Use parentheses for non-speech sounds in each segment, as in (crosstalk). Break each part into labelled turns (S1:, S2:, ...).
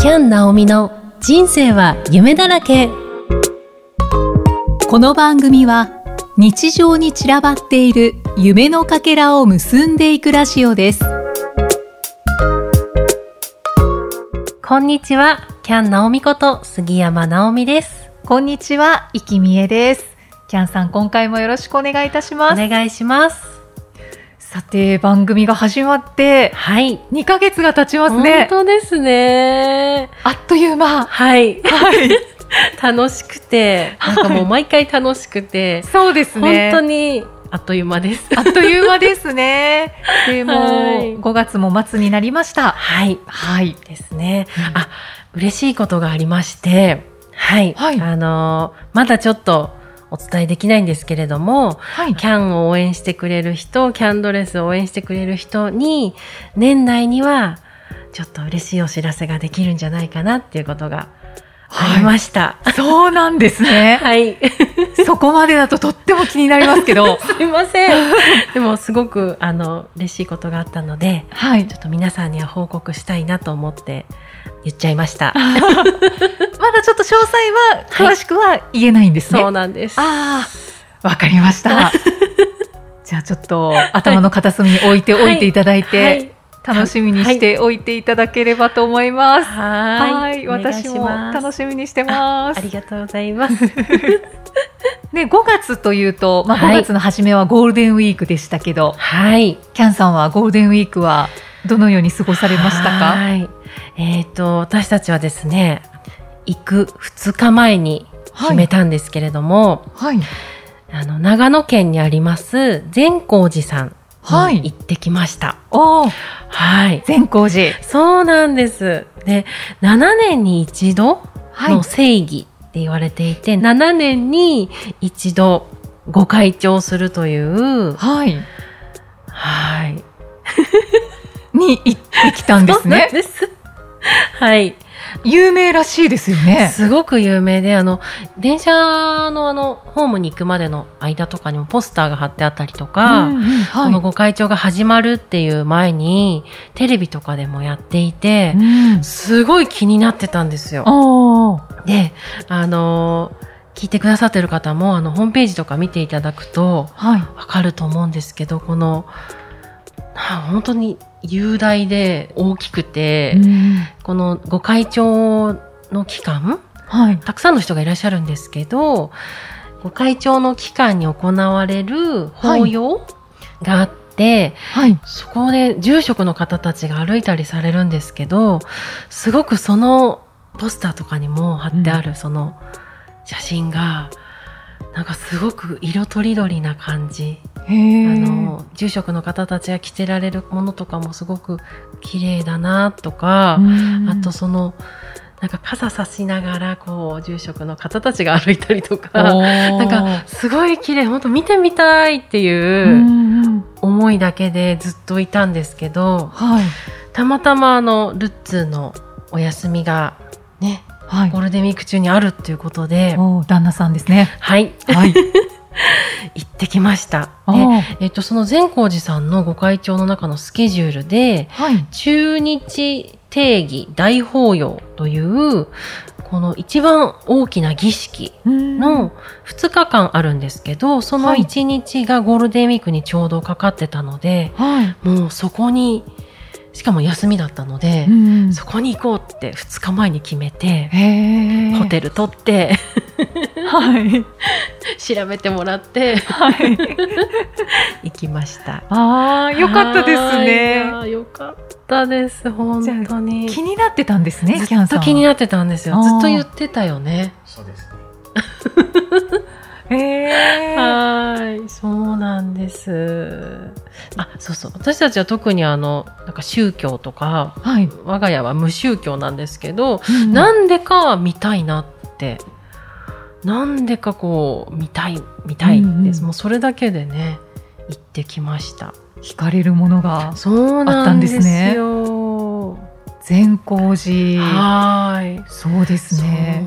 S1: キャン・ナオミの人生は夢だらけ
S2: この番組は日常に散らばっている夢のかけらを結んでいくラジオです
S1: こんにちはキャン・ナオミこと杉山直美です
S2: こんにちは生きみえですキャンさん今回もよろしくお願いいたし
S1: お
S2: ます
S1: 願いします
S2: さて番組が始まって
S1: はい
S2: 2ヶ月が経ちますね
S1: 本当ですね
S2: あっという間
S1: はい
S2: はい
S1: (laughs) 楽しくてなんかもう毎回楽しくて、
S2: そうですね
S1: 本当にあっという間です
S2: あっという間です
S1: (laughs)
S2: ねでも、
S1: はい
S2: 5月も末になりました
S1: はい
S2: はい、
S1: ですね
S2: あ
S1: あ嬉しいことがありましてはい、
S2: はい
S1: あのーまだちょっとお伝えできないんですけれども
S2: はい
S1: キャンを応援してくれる人キャンドレスを応援してくれる人に年内にはちょっと嬉しいお知らせができるんじゃないかなっていうことがあり
S2: は
S1: ました。
S2: い、そうなんですね
S1: はい、
S2: そこまでだととっても気になりますけど
S1: (laughs) すいません。でもすごくあの嬉しいことがあったので、
S2: はい
S1: ちょっと皆さんには報告したいなと思って言っちゃいました。
S2: まだちょっと詳細は
S1: はい
S2: 詳しくは言えないんですね。
S1: そうなんです。
S2: ああ、わかりま
S1: (laughs)
S2: した。じゃあちょっと頭の片隅に置いておいていただいて、
S1: はい
S2: 楽しみにしておいていただければと思います。
S1: はい
S2: はい、私も楽
S1: し
S2: しみにしてま
S1: あ
S2: す
S1: り。がとうございます。
S2: ね、5月というと、まあ、
S1: は
S2: 5
S1: い
S2: 月の初めはゴールデンウィークでしたけど、
S1: はい。
S2: キャンさんはゴールデンウィークはどのように過ごされましたか
S1: はい。えっ、と私たちはですね、行く2日前に決めたんですけれども、
S2: はい。
S1: あの長野県にあります善光寺さん
S2: は
S1: に
S2: い
S1: 行。ってきました。
S2: おー
S1: はい。
S2: 善光寺。
S1: そうなんです。で、7年に一度
S2: はい
S1: の正義って言われていて、7年に一度ご開帳するという、
S2: はい。
S1: はい。
S2: に行ってきたんで
S1: そう
S2: す
S1: な
S2: ね
S1: ん。です。はい。
S2: 有名らしいですよね。
S1: すごく有名で、あの、電車のあの、ホームに行くまでの間とかにもポスターが貼ってあったりとか、
S2: うんうん
S1: こ
S2: は
S1: のご開帳が始まるっていう前に、テレビとかでもやっていて
S2: い。、うん
S1: すごい気になってたんですよ。
S2: おー
S1: で、あのー聞いてくださってる方も、あの、ホームページとか見ていただくと、
S2: はい。
S1: わかると思うんですけど、この、はあ本当に雄大で大きくて、
S2: うん
S1: このご会長の期間、
S2: はい。
S1: たくさんの人がいらっしゃるんですけど、ご会長の期間に行われる法要があって、
S2: はい。
S1: そこで住職の方たちが歩いたりされるんですけど、すごくそのポスターとかにも貼ってあるその写真が、なんかすごく色とりどりな感じ。
S2: へ
S1: あ
S2: え。
S1: の、住職の方たちが着てられるものとかもすごく綺麗だなとか
S2: う、ん
S1: あと、その、なんか傘さしながら、こう、住職の方たちが歩いたりとか、
S2: な
S1: なんか、すごい綺麗、本当見てみたいって
S2: う
S1: いう、
S2: んうん
S1: 思いだけでずっといたんですけど
S2: はい。
S1: たまたまあのルッツーのお休みがね
S2: はい
S1: ゴー。ルデンウィーク中にあるっていうことで
S2: おー旦那さんですね。
S1: はい
S2: はい。
S1: 行ってきました
S2: (laughs) お
S1: で、
S2: ー
S1: えっと、その善光寺さんのご会長の中のスケジュールで
S2: はい。
S1: 中日定義大法要というこの一番大きな儀式
S2: の、
S1: の2日間あるんですけどその
S2: はい
S1: 1日がゴールデンウィークにちょうどかかってたので、
S2: はい。
S1: もうそこにしかも休みだったので、
S2: うん
S1: そこに行こうって2日前に決めて、
S2: へえ。
S1: ホテル取って (laughs)
S2: はい。
S1: 調べてもら
S2: (laughs)
S1: って
S2: はい。
S1: 行きました
S2: ああ、よかったですね。
S1: はいいやよかったです本当に
S2: 気になってたんですね、
S1: ず
S2: キャン
S1: っ
S2: さん
S1: と
S2: は。
S1: 気になってたんですよ
S2: あー
S1: ずっと言ってたよね
S3: そうですね。
S2: へー
S1: はいそうなんですあそうそう私たちは特にあのなんか宗教とか
S2: はい。
S1: 我が家は無宗教なんですけど、
S2: うん
S1: なんでか見たいなって。なんでかこう、見たい、見たいです。
S2: うんうん
S1: もうそれだけでね、行ってきました。
S2: 惹かれるものが
S1: そう
S2: な
S1: なん
S2: ん
S1: で
S2: ですす
S1: よ。
S2: ね善光寺
S1: はーい。
S2: そうですね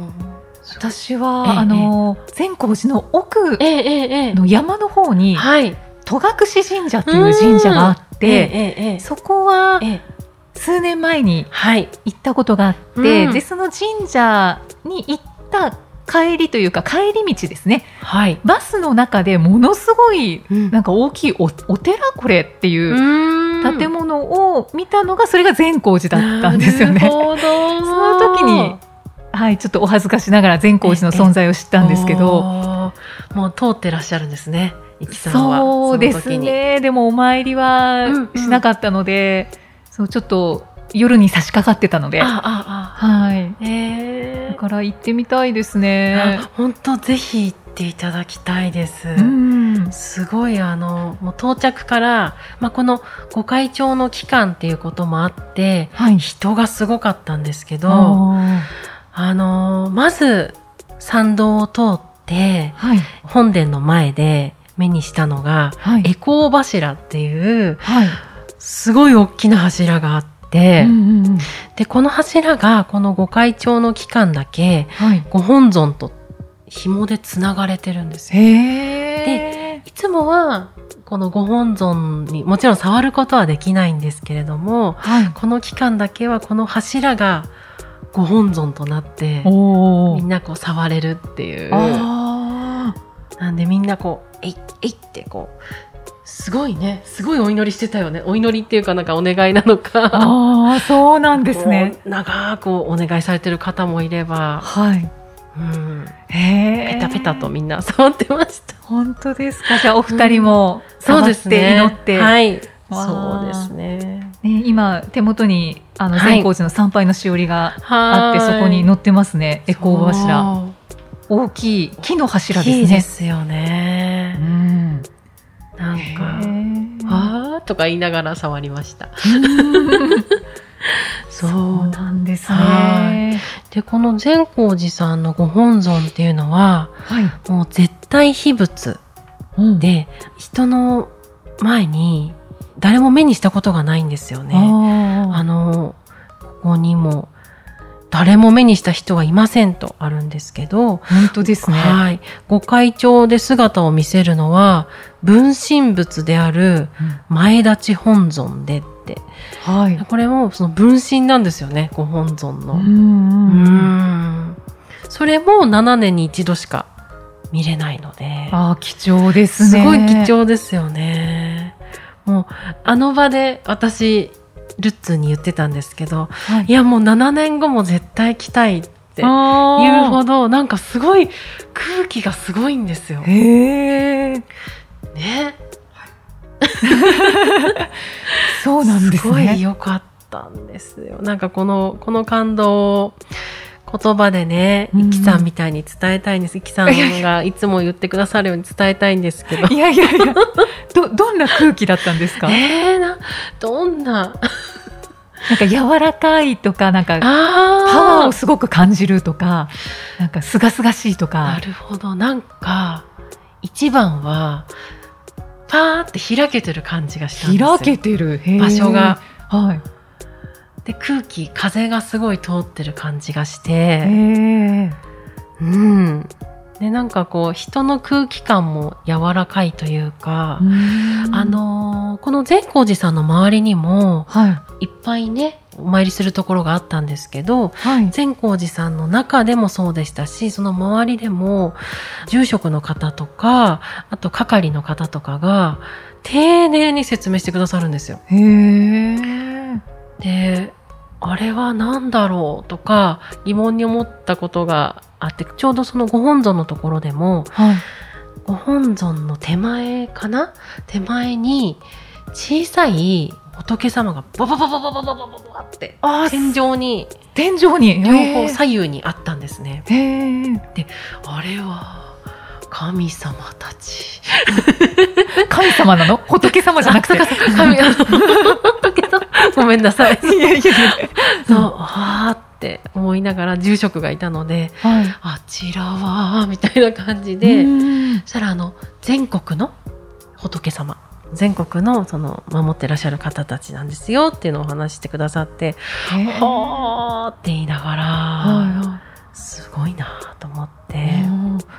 S1: そう。
S2: 私は、
S1: ええ
S2: あの善光寺の奥
S1: えええええ
S2: の山の方
S1: え。
S2: に
S1: はい。
S2: 戸隠神社っていう神社があっ
S1: ええ
S2: て
S1: ええええ
S2: そこは
S1: ええ
S2: 数年前に
S1: はい。
S2: 行ったことがあって、
S1: うん
S2: でその神社に行った帰りというか帰り道ですね
S1: はい。
S2: バスの中でものすごい
S1: うん
S2: なんか大きいおお寺これっていう建
S1: 建
S2: 物を見たのがそれが善光寺だったんですよ
S1: なる
S2: ね。
S1: ほど。そ
S2: の時にはい、ちょっとお恥ずかしながら善光寺の存在を知ったんですけど、
S1: おー。もう通ってらっしゃるんですね。いきさんは。
S2: そうで
S1: そ
S2: す
S1: の時に。
S2: ねでもお参りはしなかったので、そうちょっと夜に差し掛かってたので、
S1: あ
S2: は
S1: あ、あ
S2: い、
S1: あ。え
S2: だ
S1: え
S2: から行ってみたいですね
S1: あ。本当ぜひ行っていただきたいです。
S2: うん
S1: すごいあのもう到着から、まあ、この御開帳の期間っていうこともあって
S2: はい
S1: 人がすごかったんですけど
S2: あ
S1: あのまず参道を通って
S2: ーはい
S1: 本殿の前で目にしたのが
S2: はい
S1: エコー柱っていう
S2: はい
S1: すごい大きな柱があって、
S2: うんうんうん
S1: でこの柱がこの御開帳の期間だけ
S2: はい
S1: ご本尊と紐でつながれてるんですよ
S2: へえ
S1: いつもはこのご本尊にもちろん触ることはできないんですけれども
S2: はい
S1: この期間だけはこの柱がご本尊となって
S2: お
S1: み
S2: ー
S1: んなこう触れるっていう
S2: あ
S1: なんでみんなこう「えいえい」ってこうすごいねすごいお祈りしてたよねお祈りっていうかなんかお願いなの
S2: ー
S1: か
S2: あーそうなんですね
S1: こう長くお願いされてる方もいれば、
S2: はい
S1: うん、
S2: へ
S1: ペ
S2: え
S1: タペタとみんな (laughs) 触ってました。
S2: 本当ですかじゃあお二人も触って祈って、
S1: はい。
S2: わあ
S1: そうですね。
S2: ね、今手元にあの
S1: はい
S2: 善光寺の参拝のしおりがあ
S1: は
S2: って、
S1: ーい
S2: そこに載ってますねエコー柱
S1: そう。
S2: 大きい木の柱です
S1: い
S2: ね
S1: いですよね。なん
S2: ん
S1: か、
S2: あ
S1: わーとか言いながら触りました。そ
S2: (laughs) そう
S1: う。
S2: なんです
S1: は
S2: ね
S1: で、この善光寺さんのご本尊っていうのは、
S2: はい、
S1: もう絶対秘仏で、人の前に誰も目にしたことがないんですよね。あ
S2: あ
S1: の、ここにも、誰も目にした人はいませんとあるんですけど、
S2: 本当ですね
S1: はい。ご会長で姿を見せるのは、分身仏である前立ち本尊でって。
S2: はい
S1: これもその分身なんですよね、ご本尊の。うんん。それも7年に一度しか見れないので、
S2: あー貴重です
S1: す
S2: ね
S1: ごい貴重ですよね。もう、あの場で私、ルッツーに言ってたんですけど、
S2: はい
S1: いやもう7年後も絶対来たいって
S2: あー
S1: 言うほど、なんかすごい空気がすごいんですよ。
S2: へえ
S1: ね、
S2: そうなんですね
S1: ごい良かったんですよ。なんかこの、この感動を言葉でね、
S2: うん
S1: イキさんみたいに伝えたいんです。イキさんがいつも言ってくださるように伝えたいんですけど。
S2: (laughs) いやいやいやどどんな空気だったんですか
S1: えー、な、どんな、
S2: なんか柔らかいとか、なんかパワー
S1: あ
S2: をすごく感じるとか、なんかすがすがしいと
S1: な
S2: か。
S1: るほど。なんか、一番は、パーって開けてる感じがしたんですよ。
S2: 開けてる
S1: 場所が。。
S2: はい。
S1: で、空気、風がすごい通ってる感じがして。
S2: え
S1: うん。で、なんかこう、人の空気感も柔らかいというか、あ、のーこの善光寺さんの周りにも、
S2: はい。
S1: いっぱいね、お参りするところがあったんですけど、
S2: はい。
S1: 善光寺さんの中でもそうでしたし、その周りでも、住職の方とか、あと係の方とかが、丁寧に説明してくださるんですよ。
S2: へえ。
S1: で、あれは何だろうとか、疑問に思ったことがあって、ちょうどそのご本尊のところでも、
S2: はい。
S1: ご本尊の手前かな手前に小さい仏様がババババババババババって
S2: あ
S1: 天井に
S2: 天井に。
S1: 両方
S2: さ。
S1: 左右にあったんですね。
S2: へえ。
S1: あれは神様たち。
S2: 神様なの仏様じゃなくて。い
S1: 神仏様 (laughs) ごめんなさい。
S2: やいやいや。
S1: そう、あーって思いながら住職がいたので、
S2: (laughs) はい。
S1: あちらは、みたいな感じで、
S2: うん
S1: そしたらあの全国の仏様全国のその守ってらっしゃる方たちなんですよっていうのをお話ししてくださって
S2: へ
S1: 「
S2: え
S1: はーって言いながら
S2: は
S1: すごいなと思っ
S2: い
S1: て
S2: はい。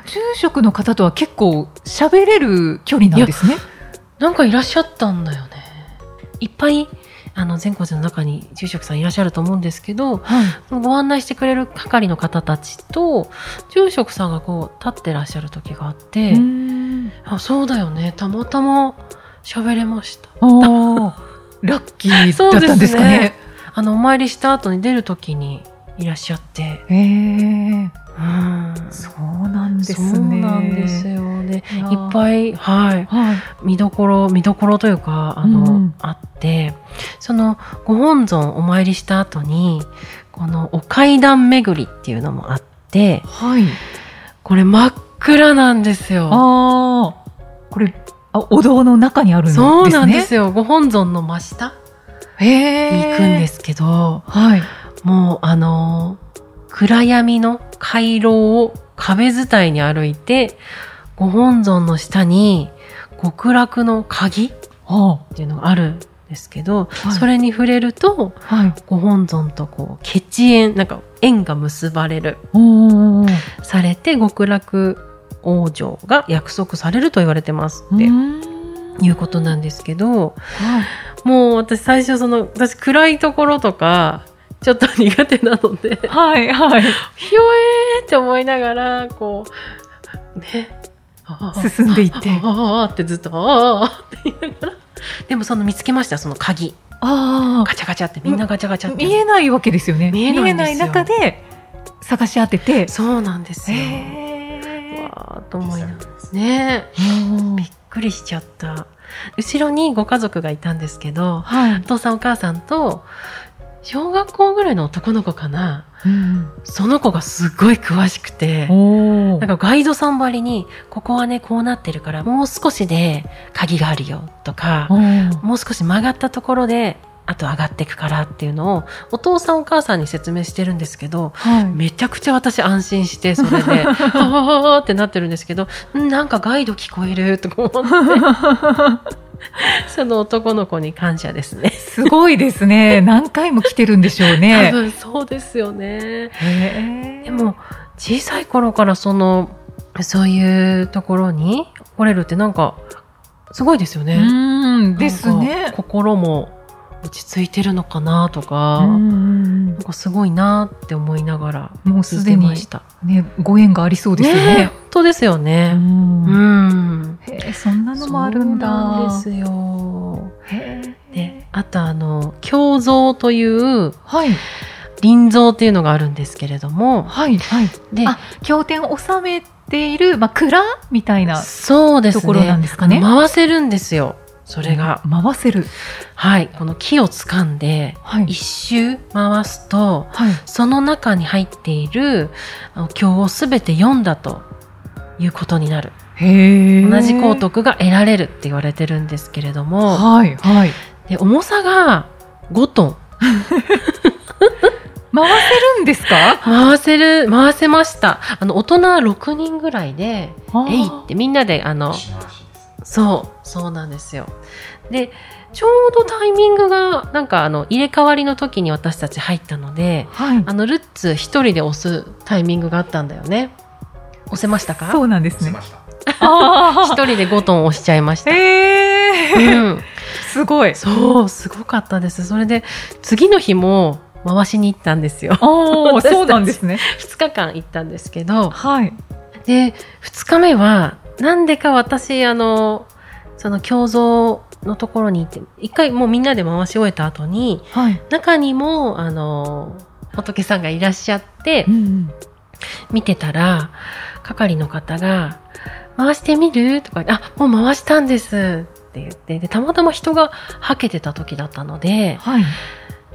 S2: 住職の方とは結構喋れる距離なんですね。
S1: なんかいらっしゃったんだよねいっぱいあの善光寺の中に住職さんいらっしゃると思うんですけど
S2: はい。
S1: ご案内してくれる係の方たちと住職さんがこう立ってらっしゃる時があって、
S2: うん
S1: あそうだよねたまたま喋れました
S2: おーラッキーだったんですかね。
S1: あのお参りした後に出る時にいらっしゃって
S2: へえ
S1: うん
S2: そうなんですね。
S1: そうなんですよね
S2: いや
S1: いっぱいはい
S2: はい。
S1: 見どころ見どころというかあの、
S2: うん
S1: あってそのご本尊お参りした後にこのお階段巡りっていうのもあって
S2: はい。
S1: これ真っ暗なんですよ。
S2: ああ、これ、あ、お堂の中にあるんですね。
S1: そうなんですよ、ご本尊の真下に
S2: へえ。。
S1: 行くんですすけど、
S2: はい。
S1: もうあのー暗闇の回廊を壁伝いに歩いてご本尊の下に極楽の鍵っ
S2: は
S1: ていうのがあるんですけど、
S2: はい
S1: それに触れると
S2: あ、はい。
S1: ご本尊とこう血縁なんか縁が結ばれる
S2: おお。で、
S1: されて極楽往生が約束されると言われてますっていうことなんですけど
S2: はい。
S1: もう私最初その私暗いところとかちょっと苦手なので (laughs)
S2: はい、はい。
S1: ひょえーって思いながらこうねああ
S2: 進んでいって。
S1: ああああってずっとああああって言いながらでもその見つけましたその鍵
S2: あ
S1: ガチャガチャってみんなガチャガチャ
S2: あ。
S1: って
S2: 見えないわけですよね。
S1: 見えないんですよ
S2: 中で探し当てて。
S1: そうなんですよ、
S2: へえ。
S1: わーっと思いながらねえ
S2: おー
S1: びっくりしちゃった後ろにご家族がいたんですけど
S2: はい
S1: お。父さんお母さんと小学校ぐらいの男の子かなその子がすごい詳しくて
S2: おお。
S1: なんかガイドさんばりに、ここはね、こうなってるから、もう少しで鍵があるよとか、
S2: おー
S1: もう少し曲がったところで、あと上がっていくからっていうのを、お父さんお母さんに説明してるんですけど、
S2: はい。
S1: めちゃくちゃ私安心して、それで、
S2: (laughs)
S1: ははははってなってるんですけど、んなんかガイド聞こえるとか思って、
S2: (laughs)
S1: その男の子に感謝ですね。
S2: すごいですね。
S1: (laughs)
S2: 何回も来てるんでしょう
S1: 多
S2: ね。
S1: 分そうですよね。
S2: へえ
S1: でも小さい頃からそのそういうところに来れるってなんかすごいですよ
S2: う
S1: ね。
S2: ーん
S1: なんか
S2: ですね。
S1: 心も落ち着いてるのかなとか、
S2: うん
S1: な
S2: うんうん
S1: んかすごいなって思いながら
S2: もう
S1: 聞
S2: す
S1: い
S2: で
S1: て
S2: に
S1: ました。
S2: ねご縁がありそうですよ
S1: ねえ
S2: ね。
S1: 本当ですよ
S2: う
S1: ね。
S2: ん
S1: うん。
S2: へえそんなのもあるんだ。
S1: そうなんですよ。
S2: へえ
S1: で、あとあの胸像という
S2: はい
S1: 臨像っていうのがあるんですけれども、
S2: はいはい。
S1: で、
S2: あ経典を収めているまあ蔵みたいな
S1: そうです
S2: と
S1: ね。
S2: ころなんですかね。
S1: 回せるんですよそれが、
S2: 回せる。
S1: はいこの木を掴んで
S2: はい
S1: 一周回すと
S2: はい。
S1: その中に入っているあの経を全て読んだということになる
S2: へえ
S1: 同じ高。徳が得られるって言われてるんですけれども
S2: はいはい。
S1: で重さが5トン
S2: 回せるんですか？
S1: 回せる回せましたあの大人6人ぐらいで「えい!」ってみんなであのそう、そうなんですよ。で、ちょうどタイミングが、なんかあの、入れ替わりの時に私たち入ったので、
S2: はい。
S1: あの、ルッツ一人で押すタイミングがあったんだよね。押せましたか
S2: そうなんです
S3: し
S2: ね
S3: ま。した。
S1: 一
S2: あ
S1: 人で5トン押しちゃいまし
S2: あ。
S1: た。
S2: へえ。
S1: うん、
S2: すごい。
S1: そう、すごかったです。それで、次の日も回しに行ったんですよ。
S2: おお、
S1: 私たち
S2: そうなんですね。
S1: 2日間行ったんですけど、
S2: はい。
S1: で、2日目は、なんでか私、あの、その、胸像のところに行って、一回もうみんなで回し終えた後に、
S2: はい。
S1: 中にもあの仏さんがいらっしゃって見てたら係の方が「回してみる?」とか言って「あもう回したんです」って言ってでたまたま人がはけてた時だったので
S2: はい。
S1: 「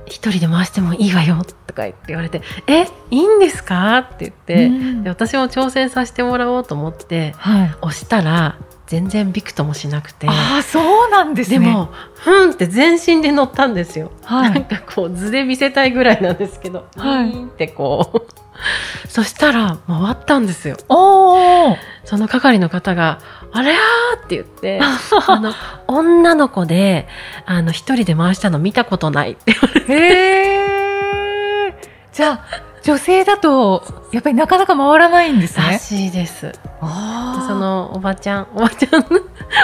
S1: 一人で回してもいいわよ」とか言って言われて「えいいんですか?」って言って、で
S2: で、
S1: 私も挑戦させてもらおうと思って
S2: はい。
S1: 押したら全然びくともしなくて。
S2: ああ、そうなんですね。
S1: で、も、ふんって全身で乗ったんですよ。
S2: は
S1: なん
S2: い。
S1: かこう図で見せたいぐらいなんですけど、
S2: はい
S1: ウィーンってこう (laughs) そしたら回ったんですよ
S2: おお。
S1: その係の方が「あれや!」って言
S2: (laughs)
S1: ってあの女の子であの一人で回したの見たことないって
S2: へえ。じゃあ、女性だと、やっぱりなかなか回らないんです
S1: ら
S2: ね。
S1: しいです
S2: あ
S1: そのおばちゃん (laughs) おばちゃん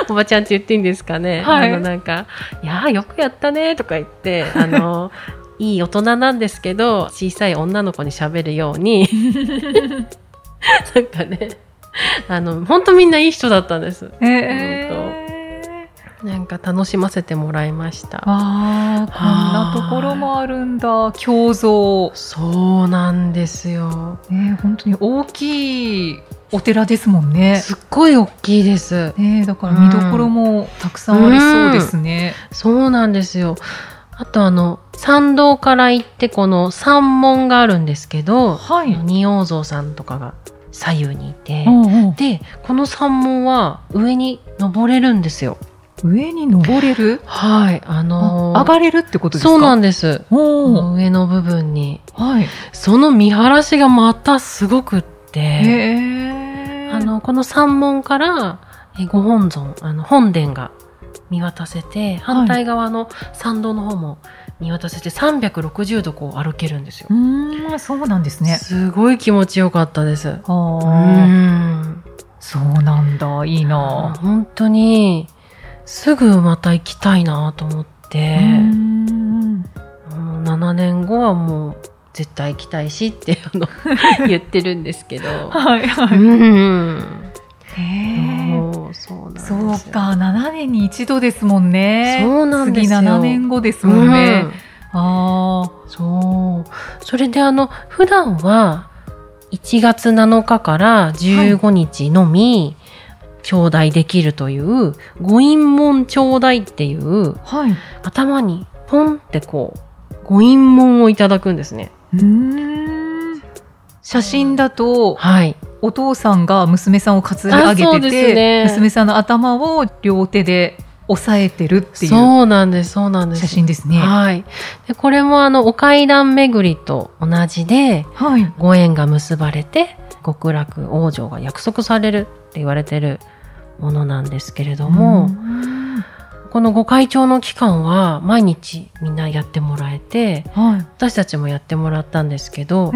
S1: おばちゃんって言っていいんですかね、
S2: はい
S1: あのなんか「いやーよくやったね」とか言
S2: (laughs)
S1: ってあのいい大人なんですけど小さい女の子に喋るよう
S2: (laughs)
S1: になんかねあの本当みんないい人だったんです
S2: え
S1: えなんか楽しませてもらいました
S2: ああこんなところもあるんだ胸像、
S1: そうなんですよ
S2: ね、本当に大きいお寺ですもんね
S1: すっごい大きいです
S2: ねだから見どころもたくさんありそうですね、
S1: そうなんですよ。あとあの、参道から行ってこの山門があるんですけど、
S2: はい、
S1: 仁王像さんとかが左右にいて、
S2: うんうん
S1: で、この山門は上に登れるんですよ。
S2: 上に登れる
S1: はい、あのー
S2: 上がれるってことですか
S1: そうなんんです。こ
S2: おー
S1: の上の部分に。
S2: はい
S1: その見晴らしがまたすごくっ
S2: へ
S1: て、
S2: え
S1: あの、この山門から、えご本尊、あの、本殿が見渡せて、反対側の参道の方も見渡せて、360度こう歩けるんですよ
S2: う。ーんそうなんですね
S1: すごい気持ちよかったです。
S2: あ
S1: う
S2: ー
S1: ん。
S2: そうなんだいいな
S1: 本当に、すぐまた行きたいなと思って、
S2: うん
S1: もう7年後はもう絶対行きたいしって、あ
S2: (laughs)
S1: の、言ってるんですけど。
S2: はいは
S1: う
S2: い、
S1: ん。
S2: へー
S1: もうそうなんですよ
S2: そうか7年に一度ですもんね
S1: そうなんですよ
S2: 次7年後です
S1: う
S2: もん
S1: ん
S2: ね、ああ
S1: そう。それであの、普段は1月7日から15日のみ、頂戴できるという、五院門頂戴っていう、
S2: はい
S1: 頭にポンってこう、五院門をいただくんですね。
S2: うーん写真だと
S1: はい。
S2: お父さんが娘さんを担い上
S1: あそ
S2: げ
S1: う
S2: て
S1: です
S2: て、
S1: ね
S2: 娘さんの頭を両手で押さえてるっていう
S1: そうなんです、そうなんです。
S2: 写真ですね。
S1: はい。で、これもあの、お階段巡りと同じで、
S2: はい。
S1: ご縁が結ばれて極楽往生が約束されるって言われてるものなんですけれども、
S2: うん
S1: この御開帳の期間は毎日みんなやってもらえて
S2: はい。
S1: 私たちもやってもらったんですけど、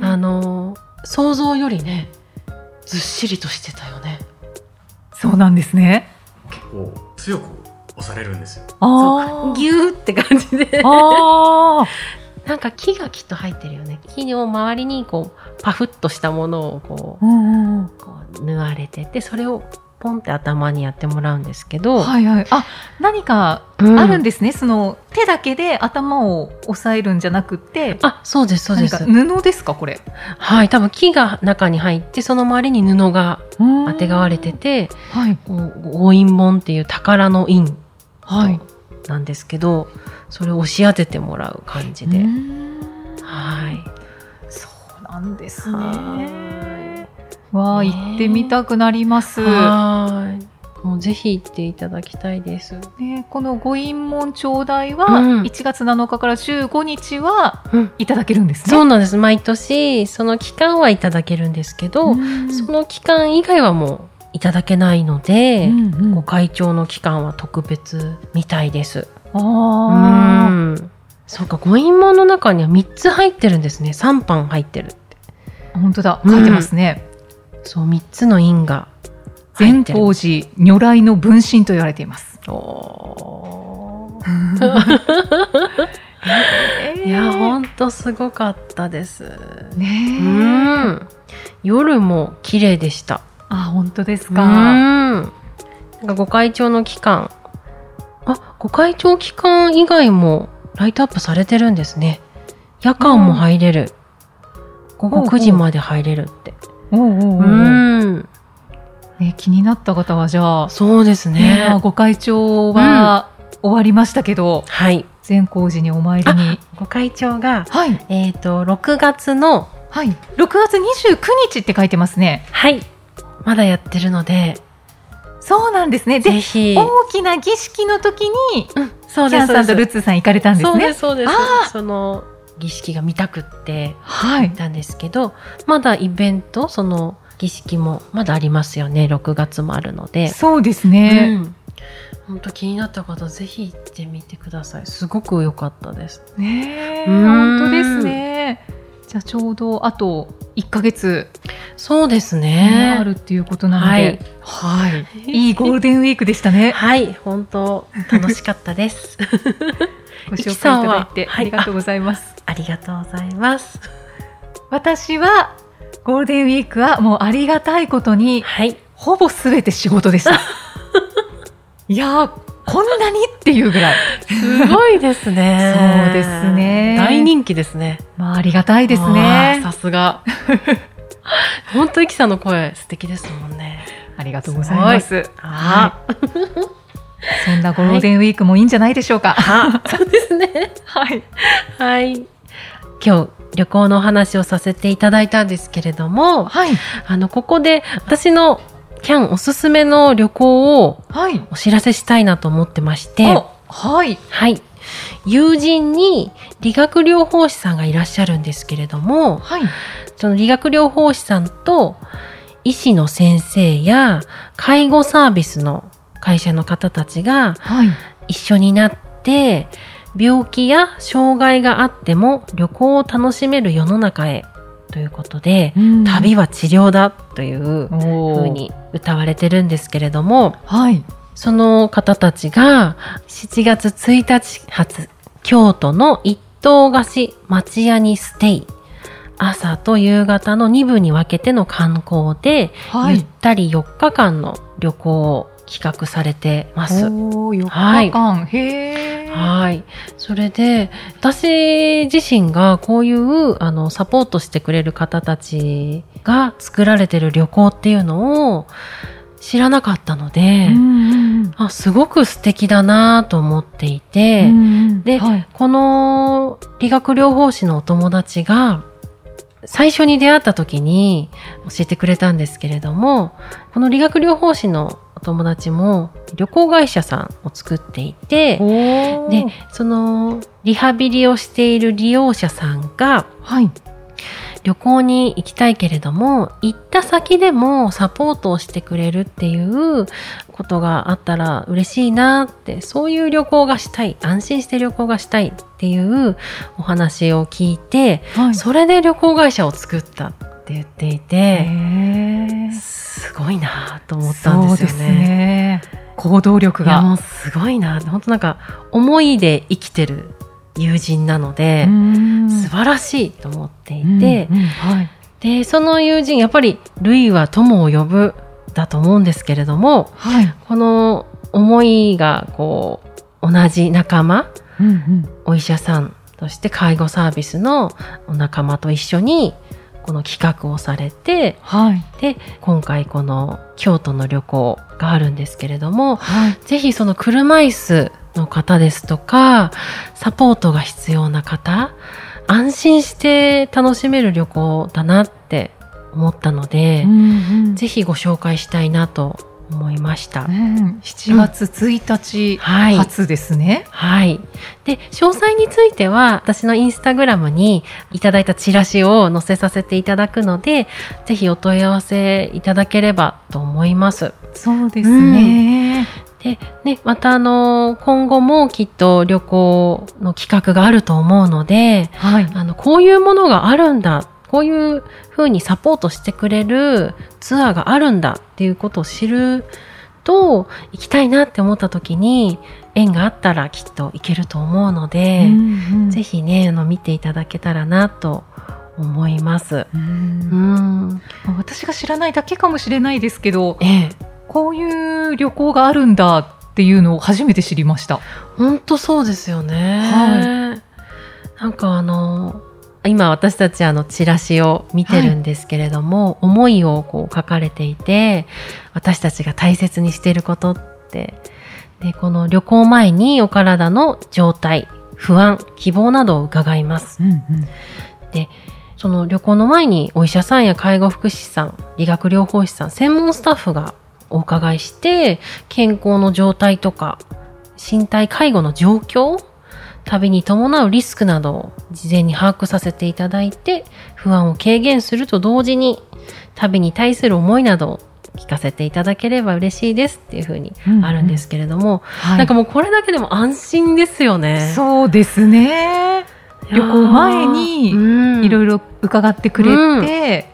S1: あの想像よりねずっしりとしてたよね。
S2: そうなんですね。
S3: 結構強く押されるんですよ。
S1: そ
S2: あ
S1: う
S2: ー
S1: ぎゅーって感じで
S2: (laughs) あ
S1: なんか木がきっと入ってるよね木を周りにこうパフッとしたものをこ
S2: ー。うんうん
S1: うこう縫われててそれをポンって頭にやってもらうんですけど、
S2: はいはい。あ、何か
S1: うん
S2: あるんですね。その手だけで頭を押さえるんじゃなくて、
S1: あ、そうです、そうで
S2: 何
S1: す
S2: か。布ですかこれ。
S1: はい、多分木が中に入って、その周りに布が
S2: 当
S1: あてがわれて。て、
S2: はい
S1: こうご印門っていう宝の印
S2: はい。
S1: なんですけど、それを押し当ててもらう感じで。
S2: うん
S1: はい。
S2: そうなんですね。
S1: は
S2: わあ、
S1: ね
S2: 行ってみたくなります。
S1: はい。もうぜひ行っていただきたいです。
S2: ね、この御印門頂戴
S1: うん
S2: は、1月7日から15日は
S1: うん
S2: いただけるんですね。
S1: そうなんです。毎年、その期間はいただけるんですけど、
S2: うん
S1: その期間以外はもういただけないので、
S2: うんうん
S1: ご会長の期間は特別みたいです。う
S2: あ
S1: んそうか、五印門の中には3つ入ってるんですね。3班入ってるって。
S2: あ、本当だ、書いてますね。
S1: そう、3つの印が入
S2: 善
S1: ってる。
S2: 光寺如来の分身と言われています。
S1: お
S2: (laughs)
S1: ー
S2: え
S1: いや、ほんとすごかったです。う
S2: ねえ。
S1: ん。夜も綺麗でした。
S2: あ、本当です
S1: うん。
S2: か。
S1: なんかご会長の期間。あ、ご会長期間以外もライトアップされてるんですね。夜間も入れる。午後9時まで入れるって。
S2: おうおうおう
S1: うん。
S2: ね、気になった方はじゃあ、
S1: そうです
S2: ね、まあ
S1: ね。
S2: ご会長は終わりましたけど、
S1: はい。
S2: 善光寺にお参りに。
S1: ご会長が、
S2: はい、
S1: えっ、と、6月の、
S2: はい。6月29日って書いてますね。
S1: はい、まだやってるので、
S2: そうなんですね。
S1: ぜ
S2: で、
S1: ひ、
S2: 大きな儀式の時に、
S1: うん、そう
S2: キ
S1: で
S2: ャ
S1: す、
S2: ン
S1: そうで
S2: さんと
S1: す。
S2: ルッツーさん行かれたんで
S1: そ
S2: す
S1: うで
S2: ね。
S1: す、そうです
S2: あ。
S1: その儀式が見たくって、
S2: はい
S1: 行っ。たんですけど、まだイベント、その儀式もまだありますよね、6月もあるので。
S2: そうです
S1: う
S2: ね。
S1: ん。本当気になった方、ぜひ行ってみてください。すごく良かったです。
S2: ねえ
S1: うん
S2: 本当ですね。じゃあちょうどあと1ヶ月
S1: そうですね。
S2: あるっていうことなので、はい、い、いゴールデンウィークでしたね。
S1: はい、本当楽しかったです。 (laughs)
S2: ご紹介いただいて
S1: はい
S2: ありがとうございます。
S1: ありがとうございます。
S2: 私はゴールデンウィークはもうありがたいことに
S1: はい。
S2: ほぼすべて仕事で (laughs) した。いやーこんなにっていうぐらい。。
S1: すごいですね
S2: そうですね
S1: 大人気ですね。
S2: まあありがたいです
S1: あ
S2: ね
S1: ー。さす
S2: (laughs)
S1: が。本当、イキさんの声素敵ですもんね。
S2: ありがとうございます。は
S1: あ
S2: い。そんなゴールデンウィークもいいんじゃないでしょうか。
S1: あ、 (laughs) そうですね。
S2: はい。
S1: はい。今日、旅行のお話をさせていただいたんですけれども、
S2: はい。
S1: あの、ここで私のキャンおすすめの旅行を
S2: はい。
S1: お知らせしたいなと思ってまして、
S2: おはい。
S1: はい。友人に理学療法士さんがいらっしゃるんですけれども、
S2: はい。
S1: その理学療法士さんと医師の先生や介護サービスの会社の方たちが
S2: はい。
S1: 一緒になって病気や障害があっても旅行を楽しめる世の中へということで、旅は治療だという風
S2: 風。
S1: に歌われてるんですけれども、
S2: はい。
S1: その方たちが7月1日発、京都の一棟貸し町屋にステイ。朝と夕方の2部に分けての観光で、
S2: は
S1: ゆっ
S2: い。
S1: たり4日間の旅行を企画されてます。
S2: おー、4
S1: はい
S2: 日間。へえ。
S1: はい。それで、私自身がこういう、あの、サポートしてくれる方たちが作られてる旅行っていうのを知らなかったので、
S2: うん
S1: あすごく素敵だなと思っていて、で
S2: はい、
S1: この理学療法士のお友達が最初に出会った時に教えてくれたんですけれどもこの理学療法士のお友達も旅行会社さんを作っていて
S2: おー
S1: でそのリハビリをしている利用者さんが
S2: はい、
S1: 旅行に行きたいけれども行った先でもサポートをしてくれるっていうことがあったら嬉しいなってそういう旅行がしたい安心して旅行がしたいっていうお話を聞いて
S2: はい
S1: それで旅行会社を作ったって言っていて
S2: へー
S1: すごいなと思ったんですよ
S2: そうです
S1: ね。
S2: ね。行動力
S1: いや
S2: が。
S1: もうすごいな本当なんか思いで生きてる友人なので、
S2: うん
S1: 素晴らしいと思っていて。
S2: うんうんはい、
S1: でその友人やっぱり「類は友を呼ぶ」だと思うんですけれども
S2: はい、
S1: この思いがこう同じ仲間
S2: うんうん
S1: お医者さんそして介護サービスのお仲間と一緒にこの企画をされて
S2: はい、
S1: で今回この京都の旅行があるんですけれども
S2: はい、
S1: ぜひその車椅子の方ですとかサポートが必要な方安心して楽しめる旅行だなって思ったので、
S2: うん
S1: ぜひご紹介したいなと思いました。
S2: うん7月1日
S1: はい。
S2: 初ですね。
S1: はい。で、詳細については、私のインスタグラムにいただいたチラシを載せさせていただくので、ぜひお問い合わせいただければと思います。
S2: そうです
S1: ね。
S2: うん
S1: で、ね、またあの、今後もきっと旅行の企画があると思うので、
S2: はい、
S1: あの、こういうものがあるんだ。こういうふうにサポートしてくれるツアーがあるんだっていうことを知ると、行きたいなって思った時に、縁があったらきっと行けると思うので、
S2: うんうん
S1: ぜひね、あの、見ていただけたらなと思います。
S2: う
S1: うんん。
S2: 私が知らないだけかもしれないですけど、
S1: ええ。
S2: こういう旅行があるんだっていうのを初めて知りました。
S1: ほんとそうですよね。
S2: は
S1: なんかあの、今私たちあのチラシを見てるんですけれども、思いをこう書かれていて、私たちが大切にしていることって、で、この旅行前にお体の状態、不安、希望などを伺います。
S2: うんうん
S1: その旅行の前にお医者さんや介護福祉士さん、理学療法士さん、専門スタッフがお伺いして、健康の状態とか、身体介護の状況、旅に伴うリスクなどを事前に把握させていただいて、不安を軽減すると同時に、旅に対する思いなどを聞かせていただければ嬉しいですっていうふうにあるんで。すけれども、
S2: はい
S1: なんかもうこれだけでも安心ですよね。
S2: そうですね。旅行前にいろい
S1: ろ
S2: ろ伺ってくれて、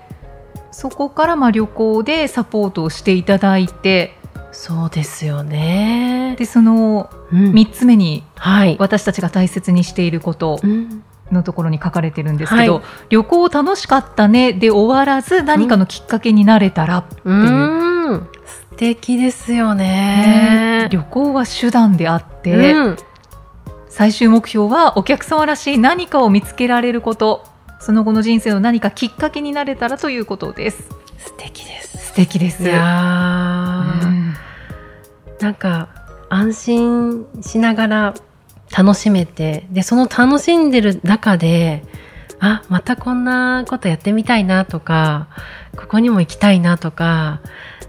S2: そこからまあ旅行でサポートをしていただいて
S1: そうですよね。
S2: でその
S1: うん
S2: 3つ目に
S1: はい。
S2: 私たちが大切にしていること
S1: うん
S2: のところに書かれてるんですけど、
S1: は
S2: 旅行楽しかったねで終わらず何かのきっかけになれたら、
S1: うーん素敵ですよね。
S2: ね旅行は手段であって、
S1: うん
S2: 最終目標はお客様らしい何かを見つけられることその後の人生の何かきっかけになれたらということです
S1: 素敵です。
S2: 素敵です
S1: いやー
S2: うん
S1: なんか安心しながら楽しめてでその楽しんでる中であまたこんなことやってみたいなとかここにも行きたいなとか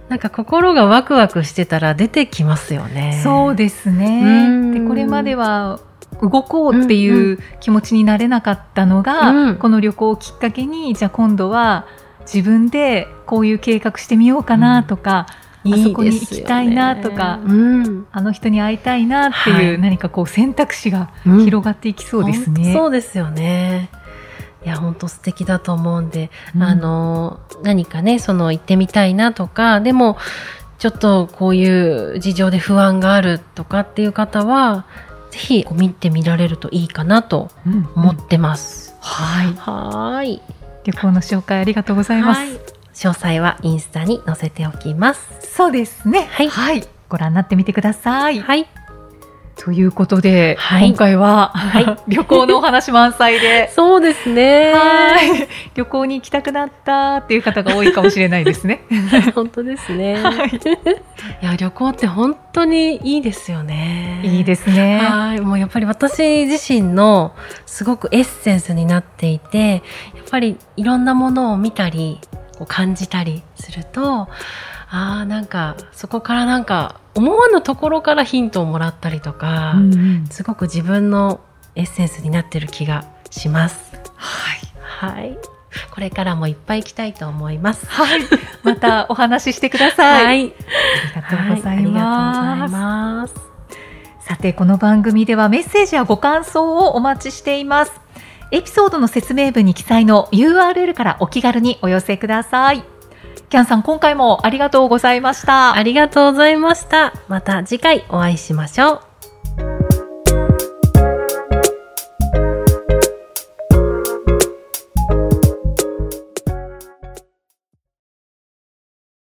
S1: なんか心がワクワクしてたら出てきますよね。
S2: そうです
S1: うん
S2: ねでこれまでは動こうっていう気持ちになれなかったのが、
S1: うん
S2: この旅行をきっかけにじゃあ今度は自分でこういう計画してみようかなとか、あそこに行きたいなとか
S1: うん、
S2: あの人に会いたいなっていう、
S1: はい
S2: 何かこう選択肢が
S1: うん
S2: 広がっていきそうですね。
S1: そうですよね。いや本当素敵だと思うんで、
S2: うん
S1: あの何かねその行ってみたいなとかでもちょっとこういう事情で不安があるとかっていう方はぜひこう見てみられるといいかなと
S2: うんうん
S1: 思ってます。
S2: はい。
S1: はーい。
S2: 旅行の紹介ありがとうございます。
S1: はい。詳細はインスタに載せておきます。
S2: そうですね。
S1: はい
S2: ご覧になってみてください。
S1: はい。
S2: ということで、
S1: はい
S2: 今回は、
S1: は
S2: (laughs) 旅行のお話満載で。
S1: そうですね
S2: はい。 (laughs) 旅行に行きたくなったっていう方が多いかもしれないです (laughs) ね。
S1: (laughs) 本当ですね。
S2: は
S1: (laughs)
S2: い
S1: いや旅行って本当にいいですよね。
S2: いいですね。
S1: はい、もうやっぱり私自身のすごくエッセンスになっていて、やっぱりいろんなものを見たり、こう感じたりすると、ああ、なんかそこからなんか思わぬところからヒントをもらったりとか、
S2: うんうん
S1: すごく自分のエッセンスになってる気がします。
S2: はい。
S1: はい。これからもいっぱい行きたいと思います。
S2: はい。またお話ししてください。
S1: はい。
S2: ありがとうござい
S1: はいありがとうござ
S2: ま
S1: い
S2: す。
S1: ます。
S2: さてこの番組ではメッセージやご感想をお待ちしていますエピソードの説明文に記載の URL からお気軽にお寄せくださいキャンさん今回もありがとうございました
S1: ありがとうございました。また次回お会いしましょう。